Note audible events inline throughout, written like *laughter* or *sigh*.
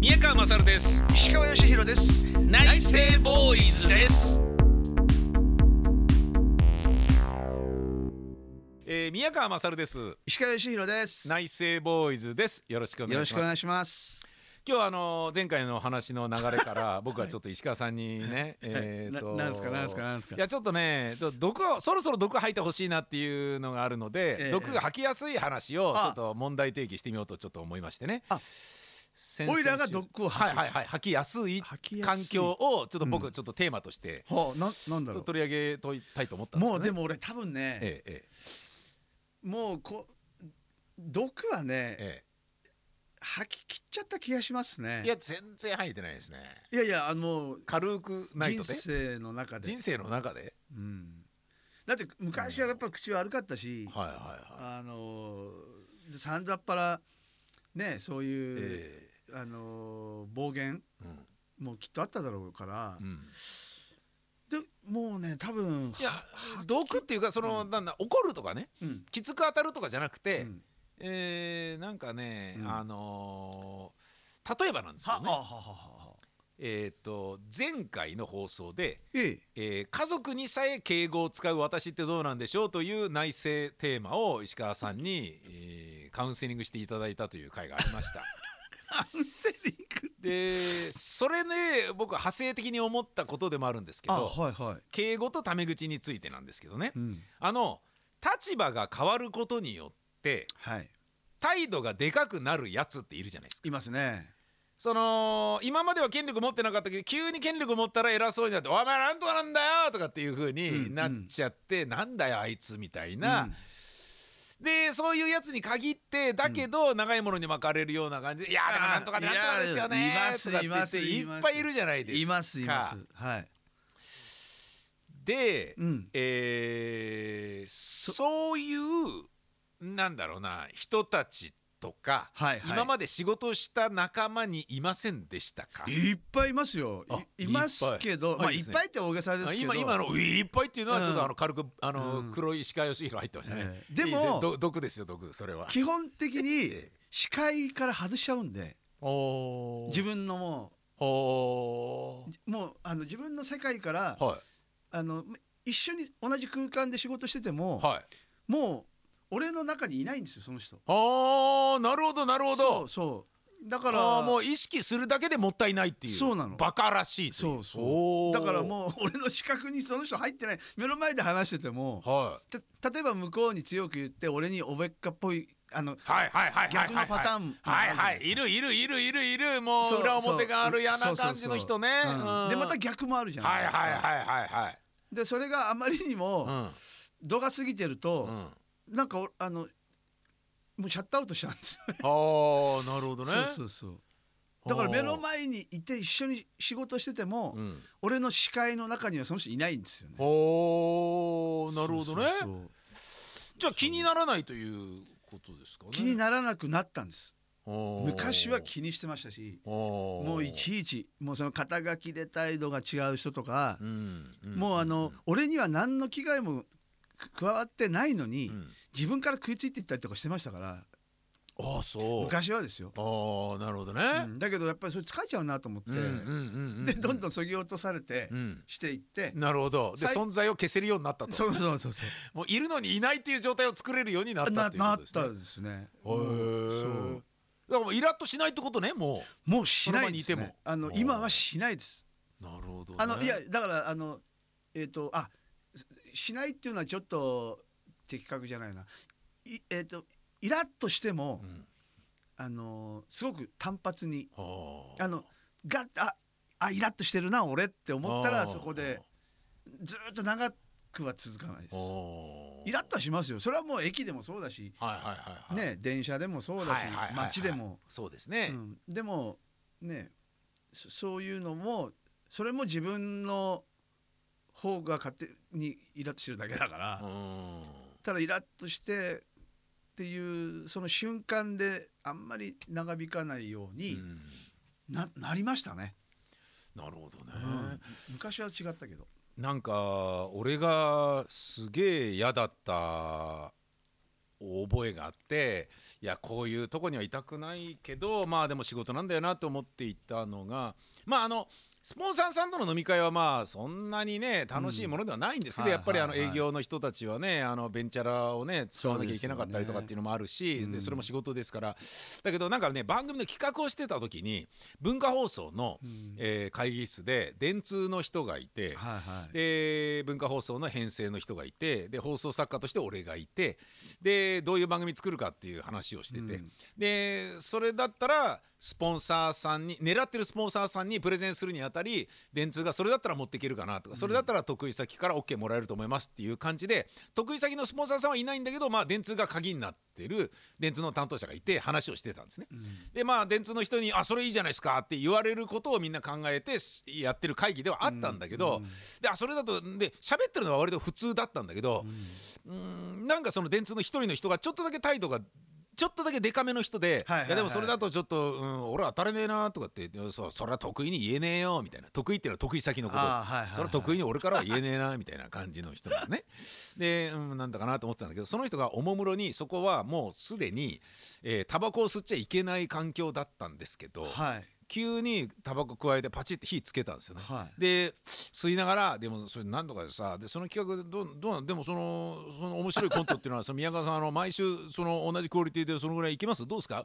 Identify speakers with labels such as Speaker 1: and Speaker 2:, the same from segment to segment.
Speaker 1: 宮川勝です
Speaker 2: 石川義弘です
Speaker 1: 内政ボーイズです、えー、宮川勝です
Speaker 2: 石川義弘です
Speaker 1: 内政ボーイズですよろしくお
Speaker 2: よ
Speaker 1: 願
Speaker 2: ろ
Speaker 1: い
Speaker 2: し
Speaker 1: し
Speaker 2: くお願
Speaker 1: ま
Speaker 2: い
Speaker 1: す
Speaker 2: します
Speaker 1: 今日はあのー前回の話の流れから *laughs* 僕はちょっと石川さんにね、えーと
Speaker 2: ななんですかなんですかなんですか
Speaker 1: いやちょっとねちょっと毒をそろそろ毒吐いてほしいなっていうのがあるので、
Speaker 2: ええ
Speaker 1: 毒が吐きやすい話をち
Speaker 2: あ
Speaker 1: ょっと問題提起してみようとちょっと思いましてね
Speaker 2: あ
Speaker 1: 先々週
Speaker 2: オイラが毒を吐
Speaker 1: は
Speaker 2: く
Speaker 1: いはいはい吐きやすい
Speaker 2: 吐きや
Speaker 1: 環
Speaker 2: すい
Speaker 1: 境をちょっと
Speaker 2: う
Speaker 1: 僕ちょっとテーマとして
Speaker 2: はあ、ななんだろ
Speaker 1: 取り上げといたいと思った
Speaker 2: うん
Speaker 1: です
Speaker 2: も
Speaker 1: よ
Speaker 2: う
Speaker 1: ね
Speaker 2: でも俺多分ね、
Speaker 1: えええ
Speaker 2: もうこ毒はね、
Speaker 1: ええ
Speaker 2: 吐き切っちゃった気がしますね
Speaker 1: えいや全然吐いてないですね
Speaker 2: いやいやあの
Speaker 1: 軽くない
Speaker 2: 人
Speaker 1: とね
Speaker 2: 生の中で
Speaker 1: 人生の中で
Speaker 2: うん、だって昔はやっぱ口悪かったし、
Speaker 1: はいはいはい
Speaker 2: あのさんざっぱらねそういう、
Speaker 1: え
Speaker 2: あの暴言
Speaker 1: えうん
Speaker 2: もきっとあっただろうから、
Speaker 1: うん
Speaker 2: でもうね多分
Speaker 1: いや毒っていうかそのなんだ怒るとかね
Speaker 2: うん
Speaker 1: きつく当たるとかじゃなく
Speaker 2: う
Speaker 1: て、
Speaker 2: ん
Speaker 1: えーなんかね、
Speaker 2: うん
Speaker 1: あのー例えばなんです
Speaker 2: は
Speaker 1: よ
Speaker 2: あ
Speaker 1: ね
Speaker 2: はあはあはあ
Speaker 1: えっ、と前回の放送で、
Speaker 2: え
Speaker 1: えー家族にさえ敬語を使う私ってどうなんでしょうという内政テーマを石川さんに、えーカウンセリングしていただいたという回がありま
Speaker 2: *laughs*
Speaker 1: した。
Speaker 2: カウンセリング
Speaker 1: でそれね僕は派生的に思ったことでもあるんですけど
Speaker 2: はいはい、
Speaker 1: 敬語とタメ口についてなんですけどね
Speaker 2: うん、
Speaker 1: あの立場が変わることによって
Speaker 2: はい
Speaker 1: 態度がでかくなるやつっているじゃないですか。
Speaker 2: いますね
Speaker 1: その今までは権力持ってなかったけど急に権力持ったら偉そうになって「お前なんとかなんだよ!」とかっていう風
Speaker 2: う
Speaker 1: に
Speaker 2: ん
Speaker 1: なっちゃって「なんだよあいつ」みたい
Speaker 2: うん
Speaker 1: な、でそういうやつに限ってだけど長いものに巻かれるような感じで「いやでもなんとか
Speaker 2: あー
Speaker 1: なんとかですよ
Speaker 2: い
Speaker 1: ね
Speaker 2: やいま」す
Speaker 1: とかって言って
Speaker 2: い
Speaker 1: い
Speaker 2: ます
Speaker 1: っぱいいるじゃないですか。
Speaker 2: いますいますはい
Speaker 1: で、
Speaker 2: うん
Speaker 1: えーそういうなんだろうな人たちとか、
Speaker 2: はいはい
Speaker 1: 今まで仕事をした仲間にいませんでしたか
Speaker 2: いっぱいいますよ
Speaker 1: あ
Speaker 2: いいますけ
Speaker 1: い
Speaker 2: ど
Speaker 1: っぱい
Speaker 2: ま
Speaker 1: あ
Speaker 2: あ
Speaker 1: いいで
Speaker 2: いっ
Speaker 1: すね
Speaker 2: ぱいって大げさです
Speaker 1: あ
Speaker 2: けど
Speaker 1: 今今の「ういっぱい」っていうのはちょっ
Speaker 2: うん
Speaker 1: とあの軽くあの、
Speaker 2: うん
Speaker 1: 黒い石川義弘入ってましたね、
Speaker 2: ええでも
Speaker 1: いいすねど毒ですよ毒それは
Speaker 2: 基本的に
Speaker 1: え
Speaker 2: 視界から外しちゃうんで
Speaker 1: お
Speaker 2: 自分のも
Speaker 1: お
Speaker 2: うもうあの自分の世界から
Speaker 1: は
Speaker 2: あの一緒に同じ空間で仕事してても
Speaker 1: いはい
Speaker 2: もう俺の中にいないんですよその人
Speaker 1: ああなるほどなるほ
Speaker 2: そ
Speaker 1: ど
Speaker 2: うそうだか
Speaker 1: あ
Speaker 2: ら
Speaker 1: ーもう意識するだけでもったいないっていう
Speaker 2: そうなの
Speaker 1: バカらしいとい
Speaker 2: そうそ
Speaker 1: お
Speaker 2: う
Speaker 1: ー
Speaker 2: だからもう俺の視覚にその人入ってない目の前で話してても
Speaker 1: はい
Speaker 2: た例えば向こうに強く言って俺におべっかっぽいあの
Speaker 1: はいはいはいはいはい
Speaker 2: 逆のパターンもあ
Speaker 1: はい
Speaker 2: るじ
Speaker 1: はいい
Speaker 2: ゃなです
Speaker 1: い
Speaker 2: か
Speaker 1: るいるいるいるいるも
Speaker 2: そうう
Speaker 1: 裏表がある嫌
Speaker 2: そ
Speaker 1: な
Speaker 2: うそうそう
Speaker 1: 感じの人ね
Speaker 2: うん
Speaker 1: うん
Speaker 2: でまた逆もあるじゃな
Speaker 1: はいい
Speaker 2: ですか、
Speaker 1: はいはいはいはい
Speaker 2: でそれがあまりに
Speaker 1: う
Speaker 2: も
Speaker 1: ん
Speaker 2: 度が過ぎてると
Speaker 1: う、ん
Speaker 2: なんかおあのもうシャットアウトしちゃうんですよ、ね、
Speaker 1: ああなるほどね
Speaker 2: そうそうそうだから目の前にいて一緒に仕事してても、
Speaker 1: うん
Speaker 2: 俺の視界の中にはその人いないんですよね
Speaker 1: おーなるほどね
Speaker 2: そうそうそう
Speaker 1: じゃあ気にならないということですかね
Speaker 2: 気にならなくなったんです
Speaker 1: おー
Speaker 2: 昔は気にしてましたし
Speaker 1: おー
Speaker 2: もういちいちもうその肩書きで態度が違う人とか
Speaker 1: う、んん
Speaker 2: もうあの、俺には何の危害も加わってないのに、
Speaker 1: うん
Speaker 2: 自分から食いついていったりとかしてましたから
Speaker 1: ああそう
Speaker 2: 昔はですよ、
Speaker 1: ああなるほどね
Speaker 2: うんだけどやっぱりそれ疲れちゃうなと思って、
Speaker 1: うんうんうんうん
Speaker 2: でどんどんそぎ落とされて、
Speaker 1: うん
Speaker 2: していって、
Speaker 1: なるほどで
Speaker 2: 最
Speaker 1: 存在を消せるようになったと
Speaker 2: そうそうそうそう
Speaker 1: もういるのにいないっていう状態を作れるようになった
Speaker 2: な
Speaker 1: っていうこ
Speaker 2: なっ
Speaker 1: とですね。
Speaker 2: たですね
Speaker 1: へー
Speaker 2: そう
Speaker 1: だからもうイラッとしないってことねも
Speaker 2: もうしないです、
Speaker 1: その場にいて、
Speaker 2: ね
Speaker 1: も
Speaker 2: あの今はしないです
Speaker 1: う。なるほど、ね。
Speaker 2: あのいやだからあのえっ、とあすしないっていうのはちょっと的確じゃないないえっ、とイラッとしても、
Speaker 1: うん
Speaker 2: あのすごく単発に
Speaker 1: はあ
Speaker 2: あのガッああイラッとしてるな俺って思ったら
Speaker 1: あー
Speaker 2: そこでずーっと長くは続かないです
Speaker 1: あー
Speaker 2: イラッとはしますよそれはもう駅でもそうだし、
Speaker 1: はいはいはいはい。
Speaker 2: ね電車でもそうだし、
Speaker 1: はいはいはいはい
Speaker 2: 街でも、
Speaker 1: そうですね。
Speaker 2: うん、でもねそそういうのもそれも自分の方が勝手にイラッとしてるだけだから、
Speaker 1: うん。
Speaker 2: ただイラッとしてっていうその瞬間であんまり長引かないよう
Speaker 1: う
Speaker 2: に
Speaker 1: ん
Speaker 2: な,、なりましたね、
Speaker 1: なるほどね。
Speaker 2: うん昔は違ったけど
Speaker 1: なんか俺がすげえ嫌だった覚えがあっていやこういうとこにはいたくないけどまあでも仕事なんだよなと思っていたのがまああのスポンサーさんとの飲み会はまあそんなにね楽しいものではないんですけど、
Speaker 2: うん
Speaker 1: やっぱりあの
Speaker 2: はいは
Speaker 1: 営
Speaker 2: いはい
Speaker 1: 業の人たちはねあのベンチャラをね使わなきゃいけなかったりとかっていうのもあるしそ
Speaker 2: そうですよね
Speaker 1: でそれも仕事ですからだけどなんかね番組の企画をしてた時に文化放送の、
Speaker 2: うん
Speaker 1: えー会議室で電通の人がいて、
Speaker 2: はいはい
Speaker 1: で文化放送の編成の人がいてで放送作家として俺がいてでどういう番組作るかっていう話をしてて、
Speaker 2: うん
Speaker 1: でそれだったらスポンサーさんに狙ってるスポンサーさんにプレゼンするにあたり電通がそれだったら持っていけるかなとかそれだったら得意先から OK もらえると思いますっていう感じで得意先のスポンサーさんはいないんだけど、まあ、電通が鍵になってる電通の担当者がいて話をしてたんですね。でまあ電通の人に「あそれいいじゃないですか」って言われることをみんな考えてしやってる会議ではあったんだけど、であそれだとで喋ってるのは割と普通だったんだけど、うーん、なんかその電通の一人の人がちょっとだけ態度がちょっとだけデカめの人で、
Speaker 2: はいはいはい
Speaker 1: やでもそれだとちょっと、うん、俺は当たれねえなとかっていやそうそれは得意に言えねえよみたいな得意っていうのは得意先のこと。
Speaker 2: あーはいはいはい
Speaker 1: それは得意に俺からは言えねえなみたいな感じの人だね。で、うん、なんだかなと思ってたんだけどその人がおもむろにそこはもうすでにえータバコを吸っちゃいけない環境だったんですけど、
Speaker 2: はい
Speaker 1: 急にタバコ加えてパチって火つけたんですよね。
Speaker 2: は
Speaker 1: で吸いながらでもそれ何とかでさでその企画どうどうなんでもそのその面白いコントっていうのはその宮川さんあの毎週その同じクオリティでそのぐらいいきますどうですか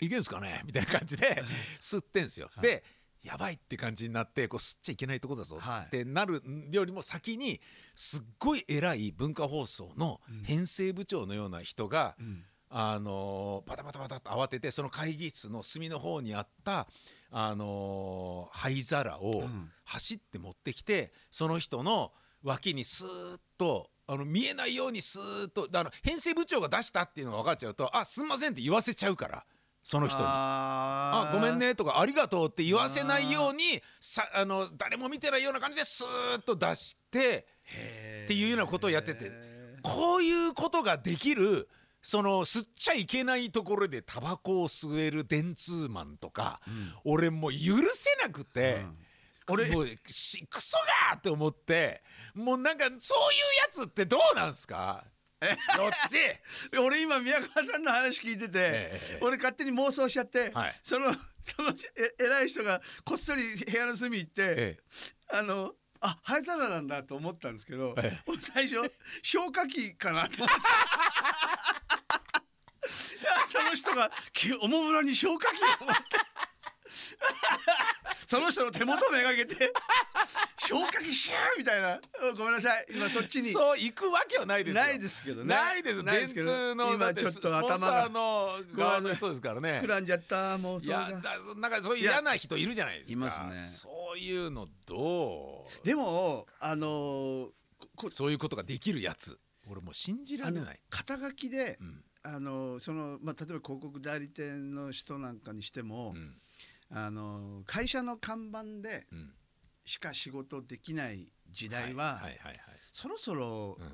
Speaker 1: いけんすかねみたいな感じで吸ってんすよ。でやばいって感じになってこう吸っちゃいけないとこだぞ
Speaker 2: はい
Speaker 1: ってなるよりも先にすっごい偉い文化放送の編成部長のような人が、
Speaker 2: ん
Speaker 1: あのーバタバタバタと慌ててその会議室の隅の方にあった、あのー灰皿を
Speaker 2: ん
Speaker 1: 走って持ってきて、その人の脇にスーッとあの見えないようにスーッとであの編成部長が出したっていうのが分かっちゃうと「あすんません」って言わせちゃうからその人に。
Speaker 2: あ
Speaker 1: あ
Speaker 2: ー
Speaker 1: ごめんねとかありがとうって言わせないようにさあの誰も見てないような感じでスーッと出して
Speaker 2: へー
Speaker 1: っていうようなことをやっててこういうことができるその吸っちゃいけないところでタバコを吸える電通マンとか、俺もう許せなくて。俺もうしクソがーって思ってもうなんかそういうやつってどうなんすかどっ
Speaker 2: *laughs*
Speaker 1: ち
Speaker 2: 俺今宮川さんの話聞いてて、
Speaker 1: ええ
Speaker 2: 俺勝手に妄想しちゃって、
Speaker 1: はい
Speaker 2: その *laughs* そのえ偉い人がこっそり部屋の隅行って、
Speaker 1: え
Speaker 2: あのあ灰皿なんだと思ったんですけど、
Speaker 1: ええ
Speaker 2: 俺最初消火器かなと思って *laughs* その人がきおもむろに消火器を持って *laughs* その人の手元めがけて消火器シューみたいなごめんなさい今そっち
Speaker 1: え
Speaker 2: に
Speaker 1: そう行くわけはないですよ
Speaker 2: ないですけどね
Speaker 1: ないです
Speaker 2: ないですけ
Speaker 1: 電
Speaker 2: ど
Speaker 1: 通のだ
Speaker 2: 今
Speaker 1: て
Speaker 2: ちょっ
Speaker 1: ス
Speaker 2: と頭
Speaker 1: スポ
Speaker 2: が
Speaker 1: ンサーの側の人ですからね
Speaker 2: 膨らんじゃったもう
Speaker 1: い
Speaker 2: それ
Speaker 1: や
Speaker 2: が
Speaker 1: だなんかそういう嫌な人いるじゃないですか
Speaker 2: いますね
Speaker 1: そういうのどう
Speaker 2: でもあのーここ
Speaker 1: そういうことができるやつ俺もう信じら
Speaker 2: あ
Speaker 1: れ
Speaker 2: の
Speaker 1: ない、
Speaker 2: 肩書きで、
Speaker 1: うん
Speaker 2: あのーそのまあ例えば広告代理店の人なんかにしても
Speaker 1: う、ん
Speaker 2: あのー会社の看板で
Speaker 1: うん、
Speaker 2: しか仕事できない時代は、
Speaker 1: はいはいはい
Speaker 2: そろそろ
Speaker 1: はい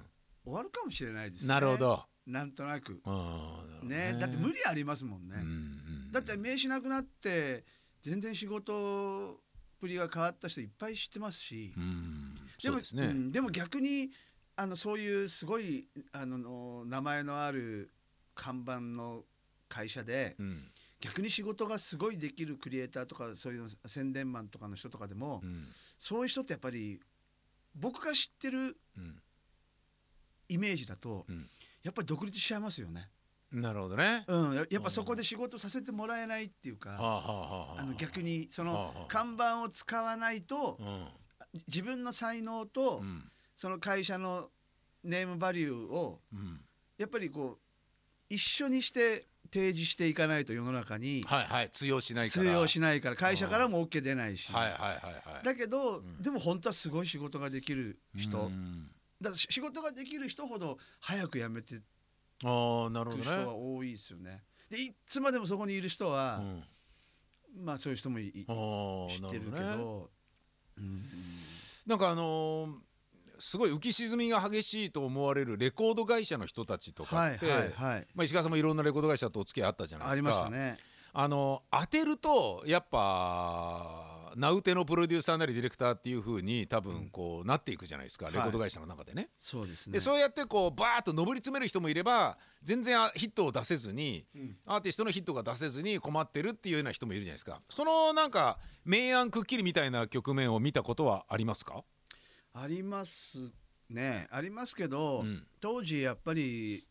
Speaker 2: 終わるかもしれないで
Speaker 1: う
Speaker 2: す
Speaker 1: ん、
Speaker 2: ね。
Speaker 1: なるほど、
Speaker 2: なんとなく
Speaker 1: うんなるほど
Speaker 2: ねだって無理ありますもんね。
Speaker 1: うんうん
Speaker 2: だって名刺なくなって全然仕事っぷりが変わった人いっぱい知ってますし。
Speaker 1: うん
Speaker 2: で
Speaker 1: そ
Speaker 2: も
Speaker 1: うですね、
Speaker 2: んでも逆にあのそういうすごいあのの名前のある看板の会社で
Speaker 1: うん
Speaker 2: 逆に仕事がすごいできるクリエイターとかそういうの宣伝マンとかの人とかでも、
Speaker 1: うん
Speaker 2: そういう人ってやっぱり僕が知ってる
Speaker 1: うん
Speaker 2: イメージだと、
Speaker 1: うん
Speaker 2: やっぱり独立しちゃいますよね。
Speaker 1: なるほどね、
Speaker 2: うん、ややっぱそこで仕事させてもらえないっていう
Speaker 1: は
Speaker 2: か、
Speaker 1: あはあはあ
Speaker 2: あの逆にそ
Speaker 1: はあは
Speaker 2: の
Speaker 1: あ
Speaker 2: 看板を使わないと
Speaker 1: うん
Speaker 2: 自分の才能と
Speaker 1: うん
Speaker 2: その会社のネームバリューを
Speaker 1: うん
Speaker 2: やっぱりこう一緒にして提示していかないと世の中に
Speaker 1: はいはい通用しないか
Speaker 2: 通
Speaker 1: ら
Speaker 2: 用しないから会社からも OK 出ないし、
Speaker 1: はいはいはいはい
Speaker 2: だけど、
Speaker 1: ん
Speaker 2: でも本当はすごい仕事ができる
Speaker 1: う
Speaker 2: 人、
Speaker 1: ん
Speaker 2: だから仕事ができる人ほど早く辞めて
Speaker 1: ああなるほ
Speaker 2: く
Speaker 1: ど
Speaker 2: 人は
Speaker 1: ね
Speaker 2: 多いですよね。でいつまでもそこにいる人は、
Speaker 1: うん
Speaker 2: まあそういう人もいい
Speaker 1: ああ
Speaker 2: 知ってるけ
Speaker 1: なほね
Speaker 2: ど。うん
Speaker 1: なんかあのーすごい浮き沈みが激しいと思われるレコード会社の人たちと
Speaker 2: は
Speaker 1: か
Speaker 2: い
Speaker 1: って、
Speaker 2: はいはい。
Speaker 1: まあ、石川さんもいろんなレコード会社とお付き合いあったじゃない
Speaker 2: あ
Speaker 1: で
Speaker 2: り
Speaker 1: す
Speaker 2: ま
Speaker 1: か
Speaker 2: したね。
Speaker 1: あの当てるとやっぱ名うてのプロデューサーなりディレクターっていう風に多分こうなっていくじゃないですか、レコード会社の中でね。
Speaker 2: そうですね
Speaker 1: でそうやってこうバーッと上り詰める人もいれば全然あヒットを出せずに、
Speaker 2: うん
Speaker 1: アーティストのヒットが出せずに困ってるっていうような人もいるじゃないですかそのなんか明暗くっきりみたいな局面を見たことはありますか、
Speaker 2: ありますねありますけど、
Speaker 1: うん
Speaker 2: 当時やっぱり、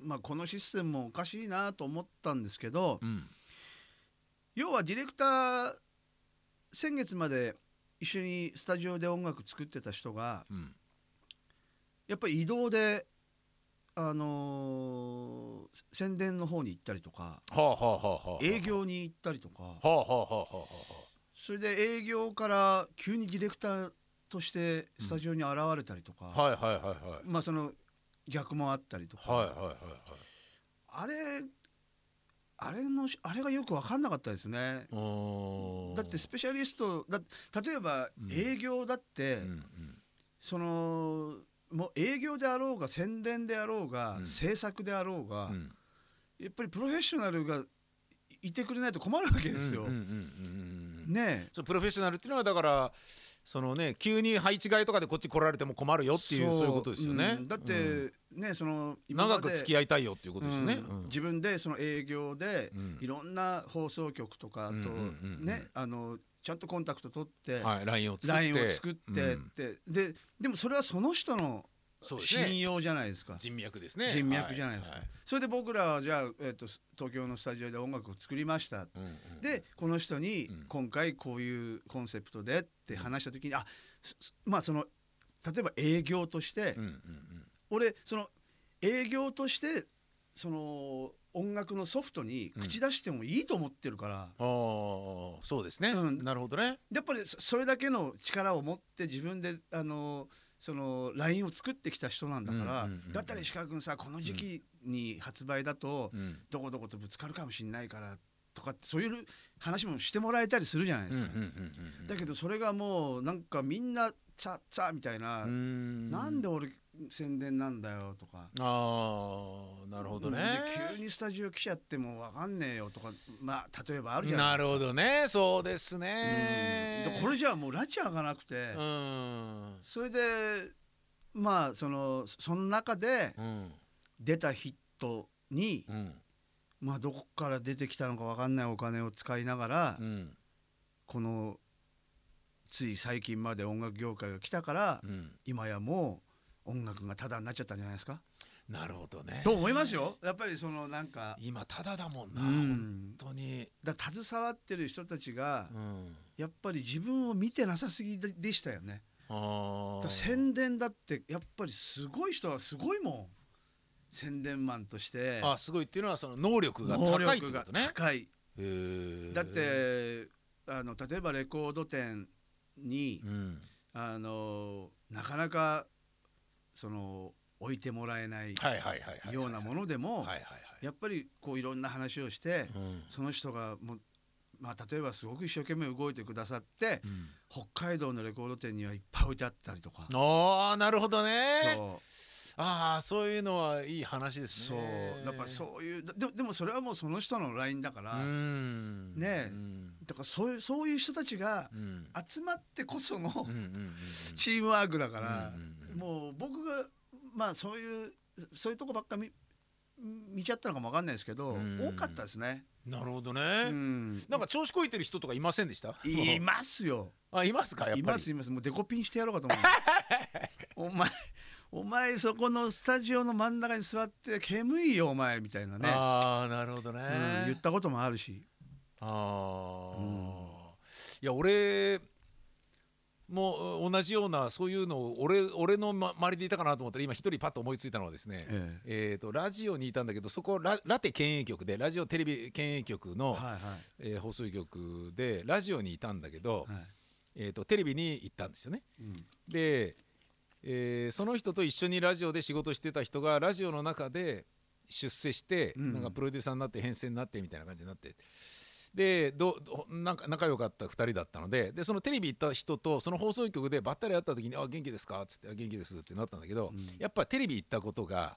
Speaker 2: まあ、このシステムもおかしいなと思ったんですけど、
Speaker 1: うん
Speaker 2: 要はディレクター先月まで一緒にスタジオで音楽作ってた人が
Speaker 1: うん
Speaker 2: やっぱり移動で、あのー宣伝の方に行ったりとか
Speaker 1: はあはあはあはあはあ
Speaker 2: 営業に行ったりとか
Speaker 1: はあはあはあはあは
Speaker 2: それで営業から急にディレクターとしてスタジオに現れたりとか、
Speaker 1: あはいはいはいはい
Speaker 2: まあその逆もあったりとか、
Speaker 1: はいはいはい
Speaker 2: あれあれのあれがよく分かんなかったですね。
Speaker 1: はい
Speaker 2: だってス
Speaker 1: ペ
Speaker 2: ペシャリストだ例えば
Speaker 1: うん
Speaker 2: 営業だって、
Speaker 1: うんうん
Speaker 2: そのもう営業であろうが宣伝であろうが、
Speaker 1: うん
Speaker 2: 制作であろうが、
Speaker 1: うん
Speaker 2: やっぱりプロフェッショナルがいいてくれないと困るわけですよ。
Speaker 1: うんうんうんうんうん
Speaker 2: ねえ
Speaker 1: そうプロフェッショナルっていうのはだからそのね急に配置換えとかでこっち来られても困るよっていうそういうことですよね。
Speaker 2: うんだって、
Speaker 1: うん
Speaker 2: ねその
Speaker 1: 長く付き
Speaker 2: 合
Speaker 1: 合
Speaker 2: う
Speaker 1: いたいよっていうことですよね。
Speaker 2: ん自分でその営業で、
Speaker 1: うん
Speaker 2: いろんな放送局とかと、
Speaker 1: うんうんうんうん
Speaker 2: ねあのちゃんとコンタクト取って、
Speaker 1: はい、ラインを作って
Speaker 2: ラインを作ってっ
Speaker 1: うん
Speaker 2: て、ででもそれはその人の
Speaker 1: そうですね
Speaker 2: 信用じゃないですか
Speaker 1: 人脈ですね
Speaker 2: 人脈じゃないですか、
Speaker 1: は
Speaker 2: それで僕らはじゃあ、えっと東京のスタジオで音楽を作りました、
Speaker 1: はいうんうん
Speaker 2: でこの人に
Speaker 1: うん
Speaker 2: 今回こういうコンセプトでって話した時に、あすすまあその例えば営業として、
Speaker 1: うんうんうん
Speaker 2: 俺その営業としてその音楽のソフトに口出してもいいと思ってるから、
Speaker 1: ああそうですね、
Speaker 2: うん
Speaker 1: なるほどね。
Speaker 2: やっぱりそそれだけの力を持って自分であのその LINE を作ってきた人なんだから、
Speaker 1: うんうんうんうん
Speaker 2: だったら石川君さこの時期に発売だと、
Speaker 1: うん
Speaker 2: どこどことぶつかるかもしれないからとかってそういう話もしてもらえたりするじゃないで
Speaker 1: うん
Speaker 2: す
Speaker 1: うん
Speaker 2: か、
Speaker 1: うんうん
Speaker 2: だけどそれがもうなんかみんな「ツァッツァ」みたいな、
Speaker 1: うん
Speaker 2: なんで俺宣伝なんだよ」とか。
Speaker 1: ああなるほどね。
Speaker 2: で急にスタジオ来ちゃってもわかんねえよとかまあ例えばあるじゃな
Speaker 1: ない
Speaker 2: で
Speaker 1: るほどねそうです
Speaker 2: す
Speaker 1: ね
Speaker 2: か。うんでこれじゃあもう拉致上がなくて、
Speaker 1: うん
Speaker 2: それでまあそのその中で
Speaker 1: うん
Speaker 2: 出たヒットに、
Speaker 1: うん
Speaker 2: まあどこから出てきたのかわかんないお金を使いながら、
Speaker 1: うん
Speaker 2: このつい最近まで音楽業界が来たから、
Speaker 1: うん
Speaker 2: 今やもう音楽がタダになっちゃったんじゃないですか、
Speaker 1: なるほどね。
Speaker 2: と思いますよやっぱりそのなんか、
Speaker 1: 今ただだもん
Speaker 2: う
Speaker 1: な、本
Speaker 2: ん、
Speaker 1: 当に。
Speaker 2: だから携わってる人たちが、
Speaker 1: うん、
Speaker 2: やっぱり自分を見てなさすぎででしたよね
Speaker 1: あ
Speaker 2: だから
Speaker 1: あ。
Speaker 2: 宣伝だってやっぱりすごい人はすごいもん宣伝マンとして
Speaker 1: あすごいっていうのはその能力が
Speaker 2: 能
Speaker 1: 高いってこ
Speaker 2: 力が
Speaker 1: とね。
Speaker 2: 高い
Speaker 1: へー
Speaker 2: だっ、てあの例えばレコード店に
Speaker 1: うん、
Speaker 2: あのなかなかその置いてもらえない
Speaker 1: はいはいはいはい。
Speaker 2: ようなも
Speaker 1: の。
Speaker 2: のでも
Speaker 1: はいはいはい。
Speaker 2: やっぱりこういろんな話をして
Speaker 1: うん
Speaker 2: その人がもうまあ例えばすごく一生懸命動いてくださって
Speaker 1: うん、
Speaker 2: 北海道のレコード店にはいっぱい置いてあったりとか。
Speaker 1: ああなるほどね。
Speaker 2: そう
Speaker 1: ああそういうのはいい話です
Speaker 2: そう
Speaker 1: ね。
Speaker 2: やっぱそういうだでもでもそれはもうその人のラインだから、
Speaker 1: うん。
Speaker 2: ねえ
Speaker 1: うん
Speaker 2: だからそういうそういう人たちが
Speaker 1: うん。
Speaker 2: 集まってこその
Speaker 1: うんうんうんうん
Speaker 2: チームワークだから、
Speaker 1: うんうんうん
Speaker 2: もう僕がまあそういうそういうとこばっか見見ちゃったのかもわかんないですけど、
Speaker 1: うん
Speaker 2: 多かったですね。
Speaker 1: なるほど
Speaker 2: う
Speaker 1: ね、
Speaker 2: ん、
Speaker 1: なんか調子こいてる人とかいませんでした？
Speaker 2: いますよ。
Speaker 1: あいますかやっぱり。
Speaker 2: いますいますもうデコピンしてやろうかと
Speaker 1: *laughs*
Speaker 2: 思うお前お前そこのスタジオの真ん中に座って煙いよお前みたいなね、
Speaker 1: ああなるほどね。
Speaker 2: うん言ったこともあるし。
Speaker 1: ああ、
Speaker 2: うん
Speaker 1: いや俺もう同じようなそういうのを俺俺の、ま、周りでいたかなと思ったら今一人パッと思いついたのはですね、え
Speaker 2: え
Speaker 1: ーとラジオにいたんだけどそこララテ県営局でラジオテレビ県営局
Speaker 2: え
Speaker 1: の、
Speaker 2: はいはい
Speaker 1: えー放送局でラジオにいたんだけど、
Speaker 2: はい
Speaker 1: えー、とテレビに行ったんですよね。
Speaker 2: うん
Speaker 1: で、えーその人と一緒にラジオで仕事してた人がラジオの中で出世して、
Speaker 2: うん
Speaker 1: なんかプロデューサーになって編成になってみたいな感じになってでどどなんか仲良かった2人だったのででそのテレビ行った人とその放送局でばったり会った時に「あ元気ですか?」っつってあ「元気です」ってなったんだけど、
Speaker 2: うん
Speaker 1: やっぱテレビ行ったことが。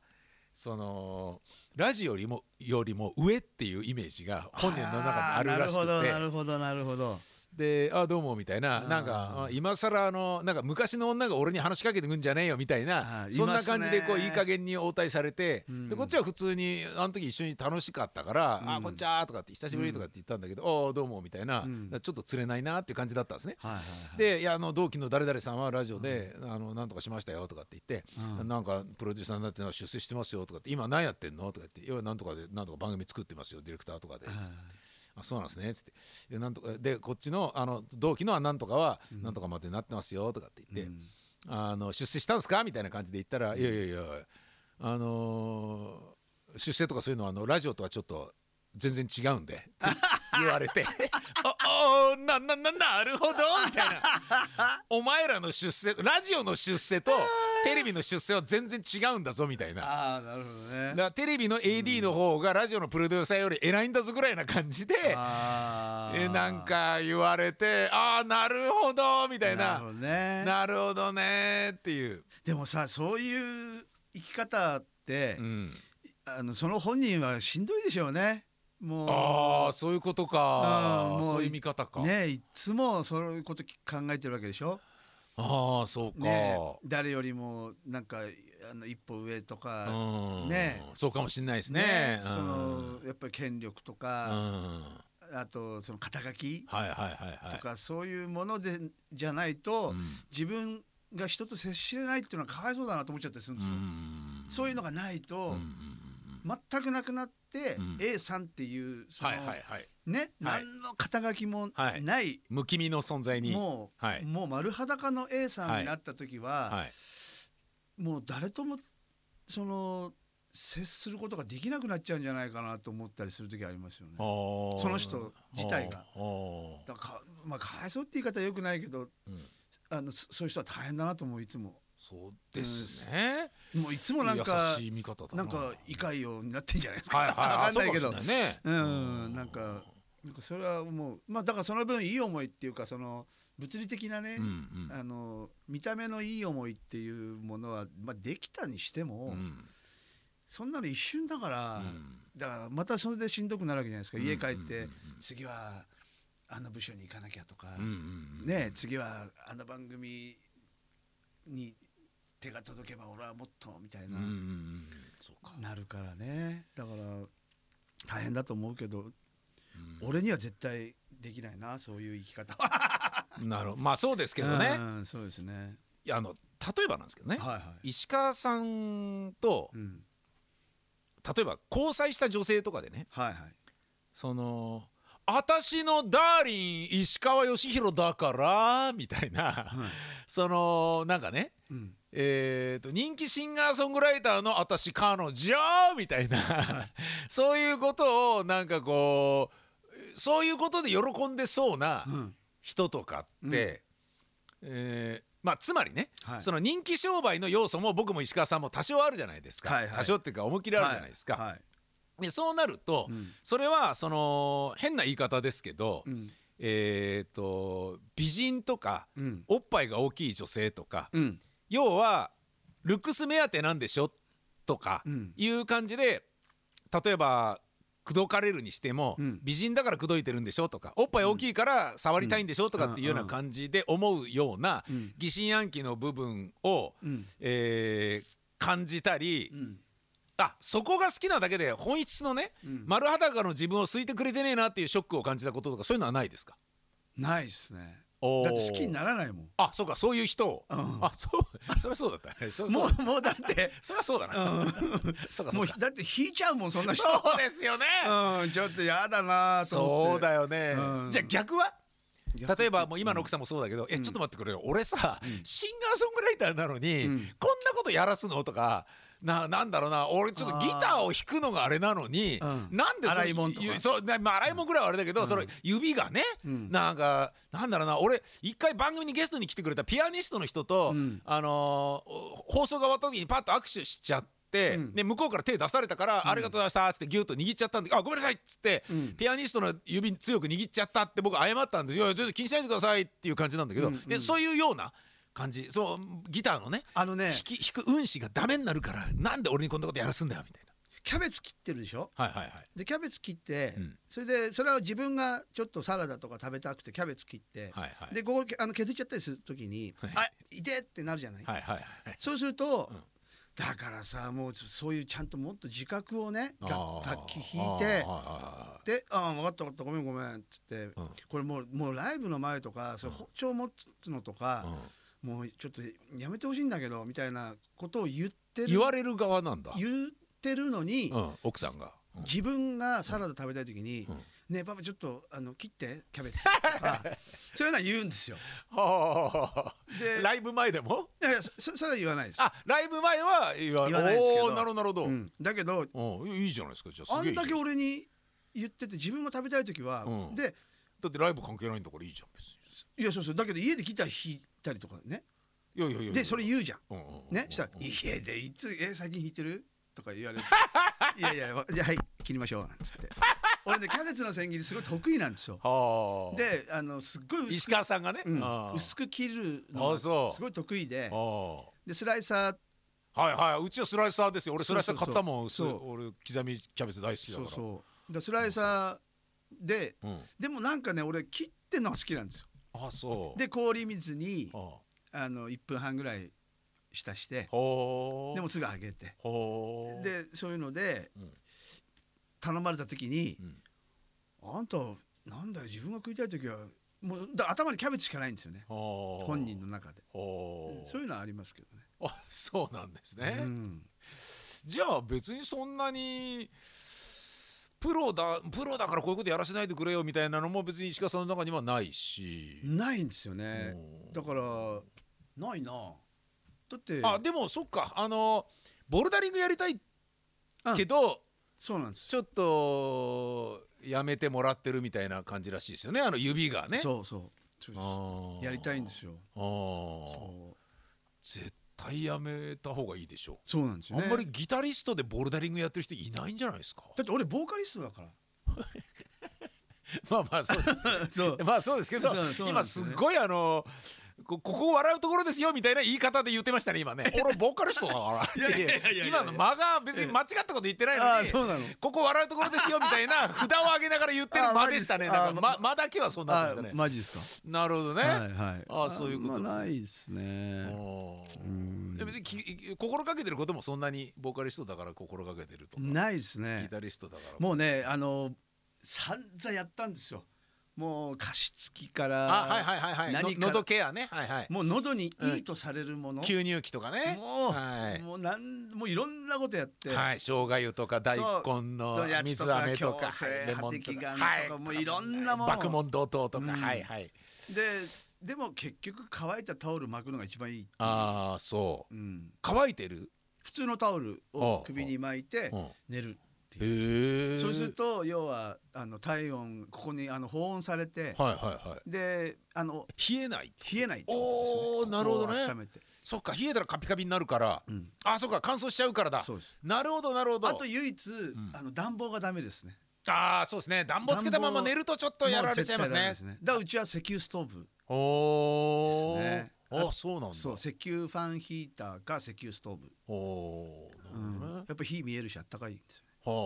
Speaker 1: そのラジオよりもよりも上っていうイメージが本人の中にあるらしくて
Speaker 2: なるほどなるほどなるほど
Speaker 1: で「あどうも」みたいな
Speaker 2: あー
Speaker 1: なんかあ今更あのなんか昔の女が俺に話しかけてくんじゃねえよみたい
Speaker 2: あ
Speaker 1: な
Speaker 2: ー
Speaker 1: そん
Speaker 2: いま
Speaker 1: な
Speaker 2: すね
Speaker 1: 感じでこういい加減に応対されて、
Speaker 2: うん
Speaker 1: でこっちは普通にあの時一緒に楽しかったから「
Speaker 2: うん
Speaker 1: あこんにちは」とかって「久しぶり」とかって言ったんだけど「あーどうも」みたいな、
Speaker 2: うん
Speaker 1: ちょっと釣れないなっていう感じだったんですね。
Speaker 2: はいはい
Speaker 1: でいやあの同期の誰々さんはラジオで「あのなんとかしましたよ」とかって言って
Speaker 2: うん
Speaker 1: なんかプロデューサーになってのは出世してますよとかって今何やってんのとかって「いやなんとかでなんとか番組作ってますよディレクターとかで」つってあそうなんですね」つってでなんとかでこっちのあの同期のなんとかは
Speaker 2: うん
Speaker 1: なんとかまでなってますよとかって言って
Speaker 2: うん
Speaker 1: 「あの出世したんですか?」みたいな感じで言ったら「いやいやいやあのー出世とかそういうのはあのラジオとはちょっと全然違うんで」って言われ
Speaker 2: *laughs*
Speaker 1: て「ああななななるほど」みたいな「お前らの出世ラジオの出世とテレビの出世は全然違うんだぞ」みたいな。
Speaker 2: ああなるほど
Speaker 1: だ
Speaker 2: ね
Speaker 1: からテレビの AD の方がラジオのプロデューサーより偉いんだぞぐらいな感じで、
Speaker 2: あー
Speaker 1: えなんか言われてああなるほどみたいな
Speaker 2: なるほどね
Speaker 1: なるほどねっていう、
Speaker 2: でもさそういう生き方って、
Speaker 1: うん、
Speaker 2: あのその本人はしんどいでしょうねもう
Speaker 1: ああそういうこと
Speaker 2: あー
Speaker 1: か
Speaker 2: もう
Speaker 1: そういう見方か、
Speaker 2: ねいっつもそういうこと考えてるわけでしょ、
Speaker 1: ああそうか、
Speaker 2: ね、誰よりもなんかあの一歩上とか、
Speaker 1: うん
Speaker 2: ね
Speaker 1: そうかもしれないですねうん
Speaker 2: そのやっぱり権力と
Speaker 1: うん
Speaker 2: か、
Speaker 1: は
Speaker 2: あとその肩書き
Speaker 1: いはいはいはい
Speaker 2: とか、そういうものでじゃないと、
Speaker 1: うん
Speaker 2: 自分が人と接しれないっていうのはかわいそうだなと思っちゃったりするん
Speaker 1: う
Speaker 2: ですよ、
Speaker 1: ん
Speaker 2: そういうのがないと、
Speaker 1: うんうん
Speaker 2: 全くなくなって、
Speaker 1: うん
Speaker 2: A さんっていうその、
Speaker 1: はいはいはい
Speaker 2: ね、
Speaker 1: はい
Speaker 2: 何の肩書きもな、
Speaker 1: はいいむきみの存在に
Speaker 2: もう、
Speaker 1: はい
Speaker 2: もう丸裸の A さんになった時は、
Speaker 1: はい
Speaker 2: もう誰ともその接することができなくなっちゃうんじゃないかなと思ったりする時ありますよね。
Speaker 1: そ
Speaker 2: その人自体がだからかまあかわいそうって言い方はよくないけどあのそそういう人は大変だなと思ういつも
Speaker 1: そうですね、
Speaker 2: もういつもなんか
Speaker 1: 優しい見方だ
Speaker 2: なんか異界ようになってんじゃないですか、
Speaker 1: はい
Speaker 2: わ
Speaker 1: はい、
Speaker 2: かんないけど
Speaker 1: あそうかもしれね
Speaker 2: うんなんかなんかそれはもうまあだからその分いい思いっていうかその物理的なね、
Speaker 1: うんうん
Speaker 2: あの見た目のいい思いっていうものは、まあ、できたにしても、
Speaker 1: うん
Speaker 2: そんなの一瞬だから、だからまたそれでしんどくなるわけじゃないですか、
Speaker 1: うん
Speaker 2: 家帰って、
Speaker 1: うんうん
Speaker 2: 次はあの部署に行かなきゃとか、
Speaker 1: うんうんうん
Speaker 2: ね次はあの番組に手が届けば俺はもっとみたい
Speaker 1: うん
Speaker 2: な、
Speaker 1: うんうんそうか、
Speaker 2: なるからねだから大変だと思うけど、
Speaker 1: うん
Speaker 2: 俺には絶対できないなそういう生き方は。
Speaker 1: なるほどまあそうですけどね
Speaker 2: う、んそうですね。
Speaker 1: いやあの例えばなんですけどね、
Speaker 2: はいはい。
Speaker 1: 石川さんと
Speaker 2: うん、
Speaker 1: 例えば交際した女性とかでね
Speaker 2: はいはい。
Speaker 1: その私のダーリン石川義弘だからみたいな、
Speaker 2: はい
Speaker 1: そのなんかね
Speaker 2: うん、
Speaker 1: えー、と人気シンガーソングライターの私彼女みたいなそういうことをなんかこうそういうことで喜んでそうな
Speaker 2: うん、
Speaker 1: 人とかって、えーまあ、つまりね、
Speaker 2: はい
Speaker 1: その人気商売の要素も僕も石川さんも多少あるじゃないですか、
Speaker 2: はいはい
Speaker 1: 多少っていうか思いっきりあるじゃないですか。
Speaker 2: はいはい
Speaker 1: でそうなると、
Speaker 2: うん
Speaker 1: それはその変な言い方ですけど、
Speaker 2: うん
Speaker 1: えー、と美人とか、
Speaker 2: うん
Speaker 1: おっぱいが大きい女性とか、
Speaker 2: うん
Speaker 1: 要はルックス目当てなんでしょとか
Speaker 2: うん
Speaker 1: いう感じで例えば口説かれるにしても、
Speaker 2: うん
Speaker 1: 美人だから口説いてるんでしょとかおっぱい大きいから触りたいんでしょとかっていうような感じで思うような
Speaker 2: うん
Speaker 1: 疑心暗鬼の部分を、
Speaker 2: うん
Speaker 1: えー感じたり、
Speaker 2: うん
Speaker 1: あそこが好きなだけで本質のね、
Speaker 2: うん
Speaker 1: 丸裸の自分を好いてくれてねえなっていうショックを感じたこととかそういうのはないですか
Speaker 2: ないですね。
Speaker 1: おー
Speaker 2: だって好きにならないもん。
Speaker 1: あそうかそういう人を、
Speaker 2: うん
Speaker 1: あそうそりゃそうだったそりゃそうだった
Speaker 2: もうもうだ *laughs* って
Speaker 1: そりゃそうだな。そうか
Speaker 2: も
Speaker 1: そううか。
Speaker 2: だって引いちゃうもんそんな人。
Speaker 1: そうですよね。
Speaker 2: うんちょっとやだなと思って。
Speaker 1: そうだよね
Speaker 2: う。ん
Speaker 1: じゃあ逆は
Speaker 2: 逆
Speaker 1: 例えばもう今の奥さんもそうだけど、えちょっと待ってくれよ俺さ、シンガーソングライターなのに、
Speaker 2: うん
Speaker 1: こんなことやらすのとかななんだろうな俺ちょっとギターを弾くのがあれなのに、
Speaker 2: うん
Speaker 1: なんでそ
Speaker 2: 洗い物とか
Speaker 1: そう、なまあ、洗い物ぐらいはあれだけど、それ指がね、
Speaker 2: うん
Speaker 1: なんかなんだろうな俺一回番組にゲストに来てくれたピアニストの人と、
Speaker 2: うん
Speaker 1: あのーお放送が終わった時にパッと握手しちゃって。
Speaker 2: うん
Speaker 1: で向こうから手出されたから「ありがとうございました」っつってギュッと握っちゃったんで「あごめんなさい」っつって、
Speaker 2: うん
Speaker 1: ピアニストの指強く握っちゃったって僕謝ったんですよいやちょっと気にしないでくださいっていう感じなんだけど、
Speaker 2: うんうん
Speaker 1: でそういうような感じそうギターのね
Speaker 2: あのね
Speaker 1: 弾き弾く運指がダメになるからなんで俺にこんなことやらすんだよみたいな
Speaker 2: キャベツ切ってるでしょ
Speaker 1: はいはいはい
Speaker 2: でキャベツ切って、
Speaker 1: うん
Speaker 2: それでそれは自分がちょっとサラダとか食べたくてキャベツ切って、
Speaker 1: はいはい
Speaker 2: でここあの削っちゃったりする時に「
Speaker 1: はい
Speaker 2: あいて!」ってなるじゃない、
Speaker 1: はいはいはい
Speaker 2: そうすると、
Speaker 1: うん
Speaker 2: だからさもうそそういうちゃんともっと自覚をねが
Speaker 1: あー
Speaker 2: 楽器弾いて
Speaker 1: あーはい
Speaker 2: で「ああ分かった分かったごめんごめん」っつって、
Speaker 1: うん
Speaker 2: これもうもうライブの前とかそれ
Speaker 1: うん
Speaker 2: 包丁持つのと
Speaker 1: はいはい
Speaker 2: か、
Speaker 1: うん
Speaker 2: もうちょっとやめてほしいんだけどみたいなことを言ってる
Speaker 1: 言われる側なんだ、
Speaker 2: 言ってるのに、
Speaker 1: うん、奥さんが、うん
Speaker 2: 自分がサラダ食べたい時に「
Speaker 1: うん
Speaker 2: ねえパパちょっとあの切ってキャベツ」と
Speaker 1: *laughs*
Speaker 2: かそういうのは言うんですよ。
Speaker 1: は
Speaker 2: *laughs* で
Speaker 1: あライブ前でも
Speaker 2: いやいやそそそれは言わないです。
Speaker 1: あライブ前は言わ
Speaker 2: 言わないですけど
Speaker 1: おーなるほどなるほど、
Speaker 2: うん、だけど
Speaker 1: うんいいいいじゃないですかじゃあ
Speaker 2: あ
Speaker 1: すげえいい
Speaker 2: ん
Speaker 1: じゃ
Speaker 2: だ
Speaker 1: ん
Speaker 2: け俺に言ってて自分が食べたい時は、
Speaker 1: うん
Speaker 2: で
Speaker 1: だってライブ関係ないんだからいいじゃん別に
Speaker 2: いやそうそうだけど家でギター弾いたりとかね
Speaker 1: いやいやいやいや
Speaker 2: でそれ言うじゃん。
Speaker 1: うんうんうん
Speaker 2: ねしたら「
Speaker 1: うん
Speaker 2: 家でいつえ最近弾いてる?」とか言
Speaker 1: *laughs*
Speaker 2: われる「いやいやわじゃあはい切りましょう」なんつって俺ねキャベツの千切りすごい得意なんですよ。
Speaker 1: はあ
Speaker 2: であのすっごい薄
Speaker 1: 石
Speaker 2: く,、
Speaker 1: 川さんがね、
Speaker 2: うん
Speaker 1: あー
Speaker 2: 薄く切るの
Speaker 1: あそ
Speaker 2: が
Speaker 1: う
Speaker 2: すごい得意で
Speaker 1: あー
Speaker 2: でスライサー
Speaker 1: はいはいうちはスライサーですよ俺ス
Speaker 2: そう
Speaker 1: ラ
Speaker 2: そう
Speaker 1: イサ
Speaker 2: そ
Speaker 1: ー買
Speaker 2: う
Speaker 1: ったもん
Speaker 2: そう
Speaker 1: す俺刻みキャベツ大好きだ
Speaker 2: そ
Speaker 1: か
Speaker 2: う
Speaker 1: ら
Speaker 2: そうでスライサーで
Speaker 1: うん、
Speaker 2: でもなんかね俺切ってんのが好きなんですよ。
Speaker 1: あそう
Speaker 2: で氷水に
Speaker 1: あー
Speaker 2: あの1分半ぐらい浸して
Speaker 1: ほー
Speaker 2: でもすぐ揚げて
Speaker 1: ほー
Speaker 2: でそういうので
Speaker 1: うん
Speaker 2: 頼まれた時に
Speaker 1: うん
Speaker 2: 「あんたなんだよ自分が食いたい時はもうだ頭にキャベツしかないんですよね
Speaker 1: ほー
Speaker 2: 本人の中で
Speaker 1: ほー
Speaker 2: そういうのはありますけどね。
Speaker 1: あそうなんですね、
Speaker 2: うん
Speaker 1: じゃあ別にそんなにプロだプロだからこういうことやらせないでくれよみたいなのも別に石川さんの中にはないし、
Speaker 2: ないんですよね
Speaker 1: うん
Speaker 2: だからないなだって
Speaker 1: あでもそっかあのボルダリングやりたい
Speaker 2: うん
Speaker 1: けど、
Speaker 2: そうなんです
Speaker 1: ちょっとやめてもらってるみたいな感じらしいですよねあの指がね
Speaker 2: よそうそうそ
Speaker 1: あ
Speaker 2: うですやりたいんですすよそう
Speaker 1: 絶対やめた方がいいでしょ
Speaker 2: そうなんです
Speaker 1: う、
Speaker 2: よね
Speaker 1: あんまりギタリストでボルダリングやってる人いないんじゃないです
Speaker 2: *laughs*
Speaker 1: か
Speaker 2: だって俺ボーカリストだから
Speaker 1: まあま *laughs* あそうです
Speaker 2: *laughs*
Speaker 1: *laughs*
Speaker 2: そう
Speaker 1: まあそうですけど
Speaker 2: そうそうなん
Speaker 1: 今
Speaker 2: です
Speaker 1: す
Speaker 2: よね
Speaker 1: ごいあのこここを笑うところですよみたいな言い方で言ってましたね
Speaker 2: *laughs*
Speaker 1: 今ね俺ボーカリストだからっ
Speaker 2: いやいやいやい
Speaker 1: て
Speaker 2: や
Speaker 1: 今の間が別に間違ったこと言ってない
Speaker 2: あ
Speaker 1: の
Speaker 2: あ
Speaker 1: に
Speaker 2: そうなの
Speaker 1: ここ笑うところですよみたい
Speaker 2: *laughs*
Speaker 1: な札を上げながら言ってる
Speaker 2: あ
Speaker 1: 間でしたね
Speaker 2: マジ
Speaker 1: なん
Speaker 2: あ
Speaker 1: か
Speaker 2: ま
Speaker 1: 間間だけはそうな
Speaker 2: あ
Speaker 1: んですね
Speaker 2: マジですか
Speaker 1: なるほどね、
Speaker 2: はいはい
Speaker 1: あそういうこと
Speaker 2: まあないです
Speaker 1: あ
Speaker 2: ね
Speaker 1: ー
Speaker 2: うん
Speaker 1: で別にき心掛けてることもそんなにボーカリストだから心掛けてるとか
Speaker 2: ないですね
Speaker 1: ギタリストだから
Speaker 2: もうねあの散々やったんですよもう加湿器か
Speaker 1: あはい
Speaker 2: ら
Speaker 1: はいはいはいの
Speaker 2: 何か
Speaker 1: 喉ケアねはいはい
Speaker 2: もう喉にいいとされるもの
Speaker 1: 吸入器とかね
Speaker 2: もう
Speaker 1: はい
Speaker 2: もうなんもういろんなことやって
Speaker 1: はい、生姜湯とか大根の
Speaker 2: やつと
Speaker 1: 水
Speaker 2: か
Speaker 1: 飴とか
Speaker 2: 強制
Speaker 1: はいレモンと
Speaker 2: ハテキ
Speaker 1: か
Speaker 2: ガンとか
Speaker 1: は
Speaker 2: もういろんなもの
Speaker 1: 爆問同等とか、
Speaker 2: うん
Speaker 1: はいはい
Speaker 2: ででも結局乾いたタオル巻くのが一番いいっていう
Speaker 1: ああそう
Speaker 2: うん、
Speaker 1: 乾いてる、
Speaker 2: 普通のタオルを首に巻いて
Speaker 1: うん、
Speaker 2: 寝る
Speaker 1: へえ
Speaker 2: そうすると要はあの体温ここにあの保温されて
Speaker 1: はいはいはい
Speaker 2: であの
Speaker 1: 冷えない
Speaker 2: 冷えないってことですね
Speaker 1: おーなるほどね
Speaker 2: ここを温めて、
Speaker 1: そっか冷えたらカピカピになるから、
Speaker 2: うん、
Speaker 1: あそっか乾燥しちゃうからだ
Speaker 2: そうです
Speaker 1: なるほどなるほど
Speaker 2: あと唯一、
Speaker 1: ん
Speaker 2: あの暖房がダメですね
Speaker 1: ああそうですね暖房つけたまま
Speaker 2: 暖房
Speaker 1: 寝るとちょっとやられちゃいます
Speaker 2: もう絶対ダメ
Speaker 1: ね
Speaker 2: ですねだからうちは石油ストーブ
Speaker 1: おお、
Speaker 2: ですね
Speaker 1: あそうなんだ
Speaker 2: そう石油ファンヒーターか石油ストーブ、
Speaker 1: おおー
Speaker 2: う
Speaker 1: なる
Speaker 2: ん
Speaker 1: ほどね、は
Speaker 2: やっぱ火見えるしあったかいんですよね
Speaker 1: あはあはあ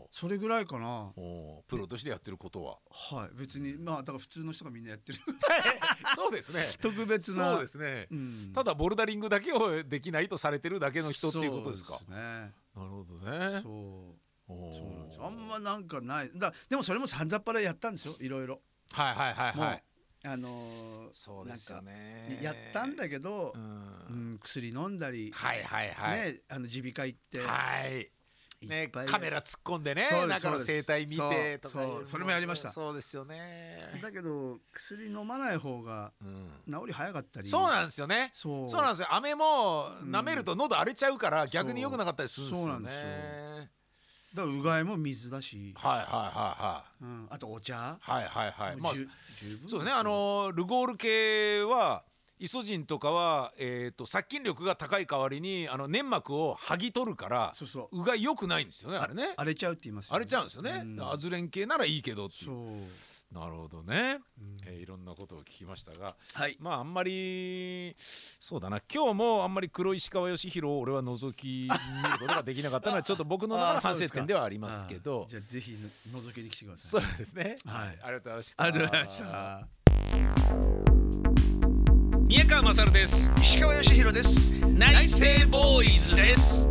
Speaker 1: はあ
Speaker 2: それぐらいかな
Speaker 1: おープロとしてやってることは
Speaker 2: はい別にまあだから普通の人がみんなやってる *laughs*
Speaker 1: そうですね
Speaker 2: 特別な
Speaker 1: そうですね、
Speaker 2: うん
Speaker 1: ただボルダリングだけをできないとされてるだけの人っていうことですか
Speaker 2: そうですね
Speaker 1: なるほどね
Speaker 2: そう
Speaker 1: おー
Speaker 2: そうなんですよあんまなんかないだでもそれもさんざっぱらやったんですよいろいろ
Speaker 1: はいはいはいはい
Speaker 2: もうあのー
Speaker 1: そうですよ
Speaker 2: なん
Speaker 1: ね
Speaker 2: かやったんだけど
Speaker 1: う、
Speaker 2: うんん、薬飲んだり、
Speaker 1: はいはいはい、
Speaker 2: ねあの耳鼻科行って、
Speaker 1: はい
Speaker 2: い
Speaker 1: ね
Speaker 2: っぱい
Speaker 1: カメラ突っ込んでね
Speaker 2: そうです
Speaker 1: 中の
Speaker 2: そうで
Speaker 1: 生
Speaker 2: す
Speaker 1: 態見てとか
Speaker 2: そうそうそれもやりました
Speaker 1: そうですよね
Speaker 2: だけど薬飲まない方が
Speaker 1: うん
Speaker 2: 治り早かったり
Speaker 1: そうなんですよね
Speaker 2: そう
Speaker 1: そうなんで
Speaker 2: ん
Speaker 1: すよ飴も舐めると喉荒れちゃうから逆に良くなかったりするんですよね
Speaker 2: そうそうなんだからうがいも水だし、
Speaker 1: はいはいはいはい
Speaker 2: うん、あとお茶
Speaker 1: はいはいはい。まあ
Speaker 2: もう、十十分
Speaker 1: そうですね。あのルゴール系は。イソジンとかは、えー、と殺菌力が高い代わりにあの粘膜を剥ぎ取るから
Speaker 2: そうそう
Speaker 1: うがい良くないんですよねあれね
Speaker 2: 荒れちゃうって言いますよ、
Speaker 1: 荒れちゃうんですよね、
Speaker 2: うん
Speaker 1: アズレン系ならいいけどっていう
Speaker 2: そう
Speaker 1: なるほどね、
Speaker 2: うん
Speaker 1: えーいろんなことを聞きましたが
Speaker 2: はい
Speaker 1: まああんまりそうだな今日もあんまり黒石川義弘を俺は覗き見ることができなかった
Speaker 2: *laughs*
Speaker 1: のはちょっと僕の中の
Speaker 2: あーそう
Speaker 1: 反
Speaker 2: で
Speaker 1: 省
Speaker 2: すか
Speaker 1: 点ではありますけど
Speaker 2: あーじゃあぜひの覗きに来てくださ
Speaker 1: そ
Speaker 2: いう
Speaker 1: ですね、
Speaker 2: はい
Speaker 1: ありがとうございました
Speaker 2: ありがとうございました
Speaker 1: 宮川勝です
Speaker 2: 石川義弘です
Speaker 1: 内政ボーイズです